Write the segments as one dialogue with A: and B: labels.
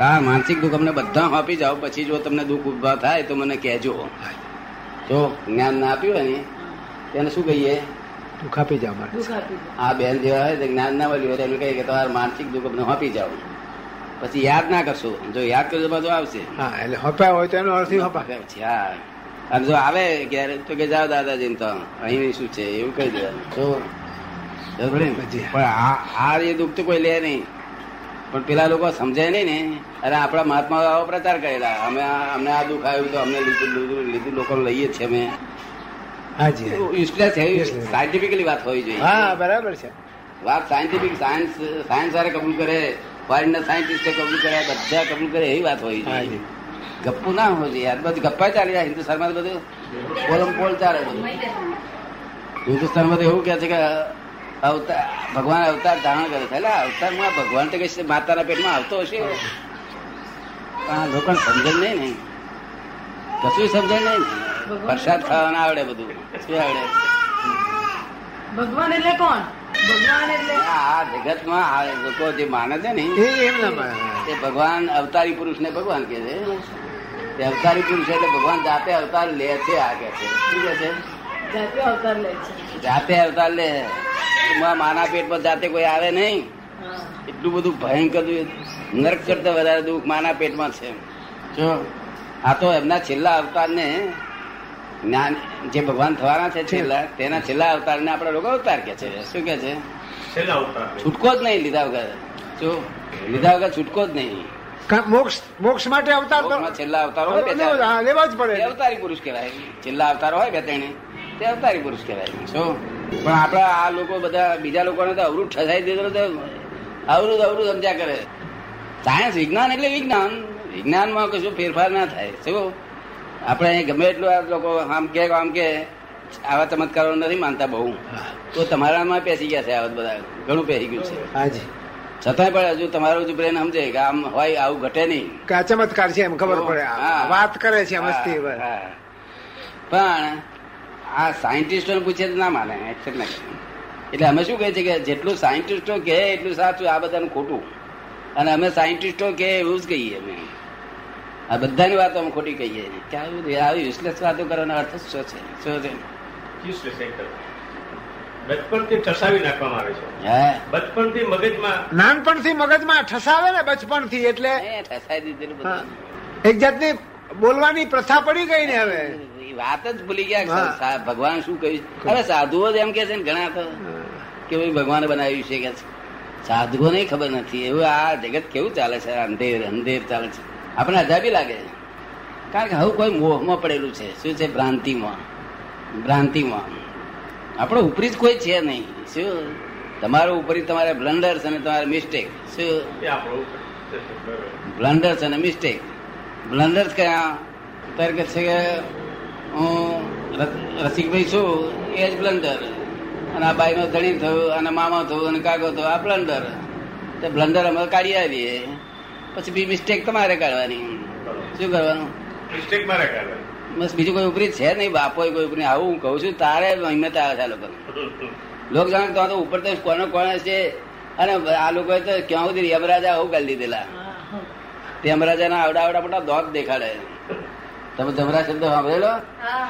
A: હા માનસિક દુઃખ અમને બધા આપી જાઓ પછી જો તમને દુઃખ ઉભા થાય તો મને કહેજો જો જ્ઞાન ના આપ્યું હોય ને તેને શું કહીએ
B: દુઃખ આપી જાઓ મારે
C: દુઃખ આપી દો.
A: આ બેન જેવા હોય તે જ્ઞાન ના મળ્યું હોય તો એમને કહીએ કે તમારે માનસિક દુઃખ અમને આપી જાઓ પછી યાદ ના કરશો જો યાદ કરજો તો પાછું આવશે
B: હા એટલે હપ્યા હોય તો એનો અર્થ ઈ હપા
A: પછી હા અને જો આવે ક્યારે તો કે જાઓ દાદાજી તો અહીં શું છે એવું કહી દેવાનું જો જરૂર નહીં ને?
B: પછી.
A: પણ આ આ એ દુઃખ તો કોઈ લે નહીં પણ પેલા લોકો સમજાય નહીં ને અરે આપણા મહાત્મા આવો પ્રચાર કરેલા અમે આ- અમને આ દુઃખ આવ્યું તો અમને લીધું લીધું લીધું લોકો લઈએ જ છે અમે
B: હાજી હાજી.
A: યુઝલેસ છે
B: Useless.
A: સાયન્ટિફિકલી વાત હોવી જોઈએ
B: હા બરાબર છે
A: વાત સાયન્ટિફિક સાયન્સ સાયન્સ વાળા કબૂલ કરે ફોરેનના સાયન્ટિસ્ટે કબૂલ કરે બધા કબૂલ કરે એવી વાત હોય
B: હા
A: છે
B: જી.
A: ગપ્પુ ના હોય છે યાર બધું ગપ્પા ચાલે યાર હિન્દુસ્તાનમાં તો બધું પોલમ પોલ ચાલે બધું હિન્દુસ્તાનમાં તો એવું કહે છે કે અવતાર ભગવાન અવતાર ધારણ કરે છે એટલે અવતારમાં ભગવાન તો કહે છે માતાના પેટમાં આવતો હશે પણ આ લોકો સમજણ નહીં ને કશું સમજણ નહીં ને. પ્રસાદ ખાવાના આવડે બધું શું આવડે
C: ભગવાન એટલે કોણ ભગવાન એટલે
A: આ જગતમાં આ લોકો જે માને છે ને
B: એ એમ ના માને.
A: તે ભગવાન અવતારી પુરુષ ને ભગવાન કે છે તે અવતારી પુરુષ એટલે ભગવાન જાતે અવતાર લે છે આ કે છે શું કહે છે
C: જાતે અવતાર લે છે
A: જાતે અવતાર લે માં માના પેટ પર જાતે કોઈ આવે નહીં
C: હા.
A: એટલું બધું ભયંકર દુ- નરક કરતા વધારે દુઃખ માના પેટમાં છે જો આ તો એમના છેલ્લા અવતારને જ્ઞાન જે ભગવાન થવાના છે છેલ્લા તેના છેલ્લા અવતારને આપણે લોકો અવતાર કે છે શું કે છે
D: છેલ્લા અવતાર
A: છૂટકો જ નહીં લીધા વગર જો લીધા વગર છૂટકો જ નહીં
B: કા- મોક્ષ મોક્ષ માટે અવતાર તો
A: લોકમાં છેલ્લા અવતાર હોય બે ચાર.
B: હા, લેવા જ
A: તે
B: પડે
A: અવતારી પુરુષ કહેવાય છેલ્લા અવતાર હોય બે ત્રણે તે અવતારી પુરુષ કહેવાય છો પણ આપણા આ લોકો બધા બીજા લોકોને તો અવરું ઠસાઈ દીધો તો અવરું અવરું સમજ્યા કરે સાયન્સ વિજ્ઞાન એટલે વિજ્ઞાન વિજ્ઞાનમાં કશું ફેરફાર ના થાય શું આપણે અહીં ગમે એટલું આ લોકો આમ કે આમ કે આવા ચમત્કારો નથી માનતા બહુ તો તમારામાં પેસી ગયા છે આવા બધા ઘણું પેસી ગયું છે
B: હાજી
A: છતાંય પણ હજુ તમારું હજુ બ્રેન સમજે કે આમ હોય આવું ઘટે નહીં
B: કે આ ચમત્કાર છે એમ ખબર પડે
A: હા.
B: આ વાત કરે છે મસ્તી
A: હા,
B: બસ.
A: હા. પણ આ સાયન્ટિસ્ટોને પૂછે તો ના માને accept ના કરે. એટલે અમે શું કહે છે કે જેટલું સાયન્ટિસ્ટો કહે એટલું સાચું આ બધાનું ખોટું અને અમે સાયન્ટિસ્ટો કહે એવું જ કહીએ અમે આ બધાની વાતો અમે ખોટી કહીએ છીએ. કે આવી આવી useless વાતો કરવાનો અર્થ જ શું છે શું છે
D: useless એકદમ. બચપણથી ઠસાવી નાખવામાં આવે છે
A: હે
D: બચપણથી મગજમાં
B: નાનપણથી મગજમાં ઠસાવે ને બચપણથી એટલે
A: એ ઠસાઈ દીધેલું બધું.
B: હા. એક જાતની બોલવાની પ્રથા પડી ગઈ ને હવે
A: એ વાત જ ભૂલી ગયા કે
B: હા.
A: સા- ભગવાન શું કહ્યું અરે સાધુઓ જ એમ કે છે ને ઘણા તો કે ભાઈ ભગવાને બનાવ્યું છે કે છે. સાધુઓને ખબર નથી એવું આ જગત કેવું ચાલે છે આ અંધેર અંધેર ચાલે છે આપણને અજાબી લાગે છે કારણ કે હવે કોઈ મોહમાં પડેલું છે શું છે ભ્રાંતિમાં ભ્રાંતિમાં આપણો ઉપરી જ કોઈ છે નહીં શું તમારો ઉપરી તમારે બ્લન્ડર્સ અને તમારે મિસ્ટેક શું
D: એ આપણું ઉપર જશે. બરાબર.
A: બ્લન્ડર્સ અને મિસ્ટેક બ્લન્ડર્સ કયા તારે કે છે કે હું રસ- રસિકભાઈ છું એ જ બ્લન્ડર અને આ બાઈનો ધણી થયું અને મામા થયું અને કાકો થયો આ બ્લન્ડર તો બ્લન્ડર અમે કાઢી આવીએ પછી બી મિસ્ટેક તમારે કાઢવાની શું કરવાનું
D: Mistake મારા કારણે.
A: બસ બીજું કોઈ ઉપરી છે નહીં બાપો કોઈ ઉપરી આવું હું કહું છું તારે હિંમત આવે છે આ લોકોને લોક જાણે તો આ તો ઉપર તો કોને કોને છે અને આ લોકોએ તો ક્યાં સુધી યમરાજા આવું કરી દીધેલા
C: હા.
A: તે અમરાજાના આવડા આવડા મોટા દોત દેખાડે તમે જમરા શબ્દ સાંભળેલો
C: હા.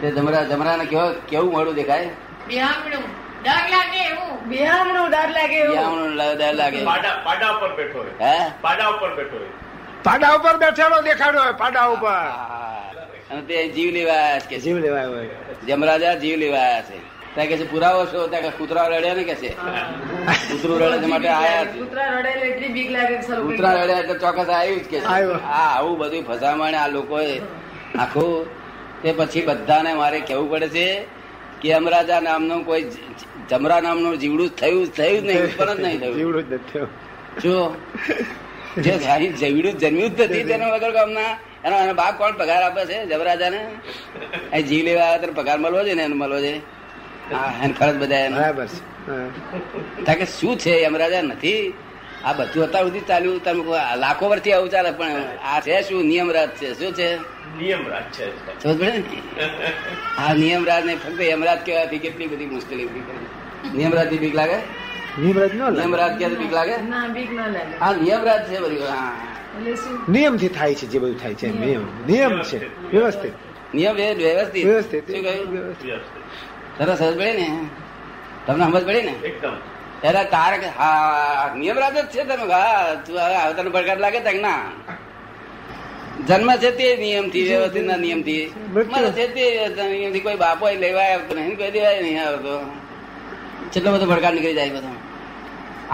A: તે જમરા જમરાને કેવો કેવું મોડું દેખાય
E: બિહામણું ડર લાગે એવું
C: બિહામણું ડર લાગે એવું
A: યામણું લ- દર લાગે
D: પાડા પાડા ઉપર બેઠો હોય
A: હે
D: પાડા ઉપર બેઠો હોય
B: પાડા ઉપર બેઠેલો દેખાડો હોય પાડા ઉપર
A: અને તે જીવ લેવા આવ્યા છે કે
B: જીવ લેવાય હોય
A: છે. જમરાજા જીવ લેવા આવ્યા છે ત્યાં કે છે પુરાવો છો ત્યાં કે કૂતરા રડ્યા ને કે છે કૂતરું રડે છે માટે આયા છે
C: કૂતરા રડેલ એટલી બીક લાગે કે સાલું
A: કૂતરા
C: કંઈક.
A: રડ્યા એટલે ચોક્કસ આવ્યું જ કે છે.
B: આવ્યું.
A: આ આવું બધું ફસામણ આ લોકોએ આખું તે પછી બધાને મારે કેવું પડે છે કે અમરાજા નામનું કોઈ જ- જમરા નામનું જીવડું જ થયું જ થયું જ નહીં ઉત્પન્ન જ નહીં થયું
B: જીવડું જ નથી થયું.
A: જો જે સારી જીવડું જન્મ્યું જ નથી તેના વગર ગામના એનો એનો બાપ કોણ પગાર આપે છે જમરાજાને અહીં જીવ લેવા આવે તો પગાર મળવો છે ને એનો મળવો છે હા એને ખર્ચ બધા એનો
B: બરાબર છે હા.
A: કારણ કે શું છે યમરાજા નથી આ બધું અત્યાર સુધી ચાલ્યું તમે કહો, આ લાખો વર્ષથી આવું ચાલે પણ આ છે શું નિયમરાજ છે શું છે
D: નિયમ રાજ છે
A: સમજ પડે ને આ નિયમરાજ ને ફક્ત યમરાજ કહેવાથી કેટલી બધી મુશ્કેલી ઊભી કરી નિયમરાજ થી બીક લાગે
B: નિયમરાજ ન લાગે.
A: નિયમરાજ ક્યારે બીક લાગે
C: ના બીક ના લાગે
A: હા નિયમરાજ છે વળી હા
C: એટલે શું
B: નિયમથી થાય છે જે બધું થાય છે એમ, નિયમ નિયમ છે વ્યવસ્થિત
A: નિયમ એ વ્યવસ્થિત
B: વ્યવસ્થિત
A: શું કહ્યું
B: વ્યવસ્થિત.
D: વ્યવસ્થિત.
A: સરસ સમજ પડી ને તમને સમજ પડી ને
D: એકદમ
A: ત્યારે તારક હા નિયમરાજ જ છે તમે હા તું હવે આવતાનો પડકાર લાગે તક ના જન્મ છે તે નિયમથી વ્યવસ્થિતના નિયમથી મરે છે તે વ્યવસ્થિતના નિયમથી કોઈ બાપો અહીં લેવાય આવતો નહીં કોઈ દેવાય નહીં આવતો કેટલો બધો ભડકાર નીકળી જાય બધો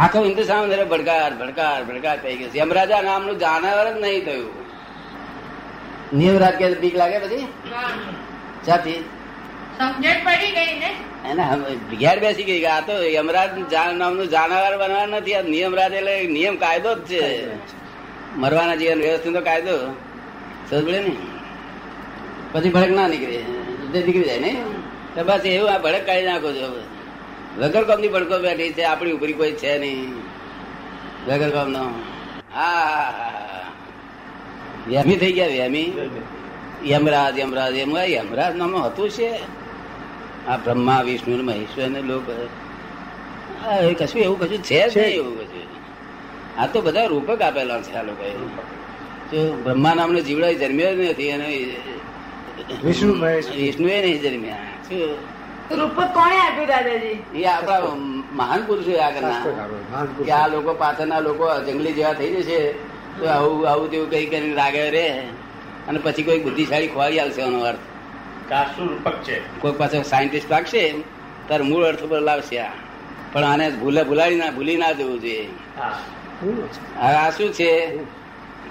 A: આખો હિન્દુસ્તાન અંદર ભડકાર ભડકાર ભડકાર થઈ ગયો છે યમરાજા નામનું જાનવર જ નહીં થયું નિયમરાજ કે બીક લાગે પછી
E: વાહ.
A: સાથી
E: સમજણ પડી ગઈ ને
A: એને હમ- ઘેર બેસી ગઈ કે આ તો યમરાજ જા- નામનું જાનવર બનવા નથી આ નિયમરાજ એટલે નિયમ કાયદો જ છે મરવાના જીવન વ્યવસ્થિત કાયદો સમજે ને પછી ભડક ના નીકળે જે નીકળી જાય ને તો બસ એવું આ ભડક કાઢી નાખો છો હવે. વગર કોમની ભડકો બેઠી છે આપણી ઉપરી કોઈ છે નહીં વગર કોમનો હા હા, હા, હા. વ્યામી થઈ ગયા વ્યામી યમરાજ યમરાજ એમ હોય, યમરાજ નામ હતું છે આ બ્રહ્મા વિષ્ણુ ને મહેશ્વર ને લોક આ એ કશું એવું કશું છે જ
B: છે.
A: નહીં એવું કશું આ તો બધા રૂપક આપેલા છે આ લોકોએ જો બ્રહ્મા નામનો જીવડો એ જન્મ્યો જ નથી અને
B: વિષ્ણુ મહેશ.
A: વિષ્ણુ એ નહીં જન્મ્યા શું
C: રૂપક કોણે આપ્યું દાદાજી
A: એ આપણા મહાન પુરુષો આગળના
B: શાસ્ત્રકારો, મહાન
A: કે આ
B: પુરુષો.
A: લોકો પાછળના લોકો જંગલી જેવા થઈ જશે તો આવું આવું તેવું કઈ કરીને લાગે રે અને પછી કોઈ બુદ્ધિશાળી ખોવાઈ આવશે એનો અર્થ
D: કાસુ રૂપક છે
A: કોઈ પાસે સાયન્ટિસ્ટ લાગશે તાર મૂળ અર્થ પર લાવશે આ પણ આને ભૂલે ભૂલાડી ના ભૂલી ના જવું જોઈએ
D: હા
B: પૂર્ણ છે.
A: હવે આ શું છે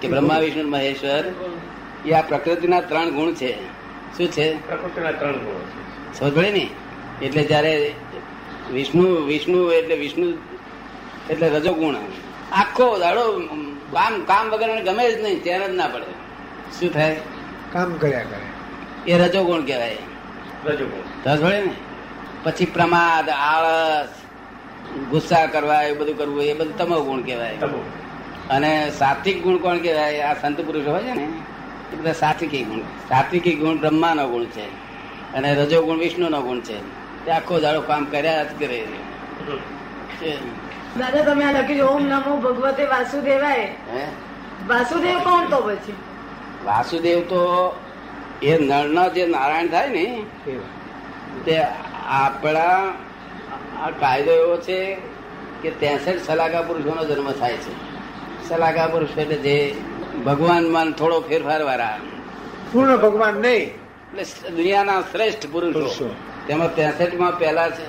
A: કે બ્રહ્મા વિષ્ણુ અને મહેશ્વર એ આ પ્રકૃતિના ત્રણ ગુણ છે શું છે
D: પ્રકૃતિના ત્રણ ગુણો છે
A: સમજ પડી ને એટલે જ્યારે વિષ્ણુ વિષ્ણુ એટલે વિષ્ણુ એટલે રજોગુણ આખો દાડો કામ કામ વગર એને ગમે જ નહીં ચેન જ ના પડે શું થાય
B: કામ કર્યા કરે
A: એ રજોગુણ કહેવાય
D: રજોગુણ
A: સમજ પડી ને પછી પ્રમાદ આળસ ગુસ્સા કરવા એ બધું કરવું એ બધું તમો ગુણ કહેવાય
D: તમો
A: અને સાત્વિક ગુણ કોણ કહેવાય આ સંત પુરુષ હોય છે ને એ બધા સાત્વિકી ગુણ સાત્વિકી ગુણ બ્રહ્માનો ગુણ છે અને રજો ગુણ વિષ્ણુનો ગુણ છે તે આખો દાડો કામ કર્યા જ કરે
D: હમ.
A: છે.
C: દાદા તમે આ લખી ઓમ નમો ભગવતે વાસુદેવાય
A: હે?
C: વાસુદેવ કોણ તો પછી
A: વાસુદેવ તો એ નળનો જે નારાયણ થાય ને
B: એવા.
A: તે આપણા આ કાયદો એવો છે કે ત્રેસઠ સલાકા પુરુષોનો જન્મ થાય છે સલાકા પુરુષ એટલે જે ભગવાનમાં થોડો ફેરફાર વાળા
B: પૂર્ણ ભગવાન નહીં
A: એટલે દુનિયાના શ્રેષ્ઠ પુરુષો
B: પુરુષો.
A: તેમાં 63 માં પહેલા છે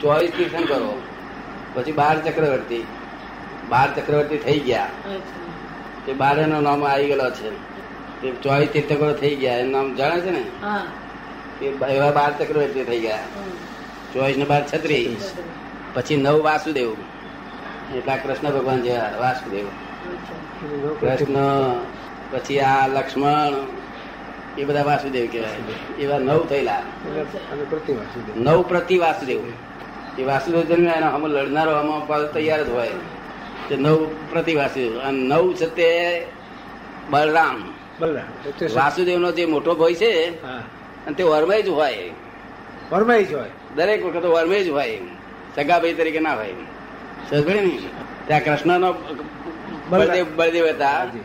A: ચોવીસ તીર્થંકરો પછી બાર ચક્રવર્તી બાર ચક્રવર્તી થઈ ગયા તે બાર એનો નામ આવી ગયેલો છે તે ચોવીસ તીર્થંકરો થઈ ગયા એનું નામ જાણે છે ને
C: હા
A: એ એવા બાર ચક્રવર્તી થઈ ગયા
C: હમ.
A: ચોવીસ ને બાર છત્રીસ પછી નવ વાસુદેવ એટલા કૃષ્ણ ભગવાન જેવા વાસુદેવ કૃષ્ણ પછી આ લક્ષ્મણ એ બધા વાસુદેવ કહેવાય એવા નવ થયેલા
B: અને પ્રતિમા સુધી
A: નવ પ્રતિ વાસુદેવ એ વાસુદેવ જન્મ્યા એનો આમાં લડનારો આમાં પાછો તૈયાર જ હોય તે નવ પ્રતિ વાસુદેવ અને નવ છે તે બલરામ
B: બલરામ એટલે સા-
A: વાસુદેવનો જે મોટો ભાઈ છે
B: હા
A: અને તે વર્મે જ હોય
B: ફરમાઈ જ હોય
A: દરેક વખત વર્મે જ હોય સગા ભાઈ તરીકે ના હોય સમજે ને ત્યાં કૃષ્ણનો બળદેવ બળદેવ હતા
B: હાજી.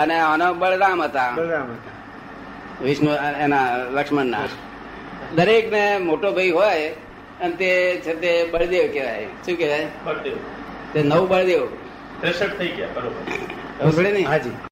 A: અને આનો બળરામ હતા
B: બલરામ હતા
A: વિષ્ણુ એના લક્ષ્મણના દરેકને મોટો ભાઈ હોય અને તે છે તે બળદેવ કહેવાય શું કહેવાય
D: બળદેવ
A: તે નવ બળદેવ
D: ત્રેસઠ થઈ ગયા બરોબર
A: ખબર પડી ને
B: હાજી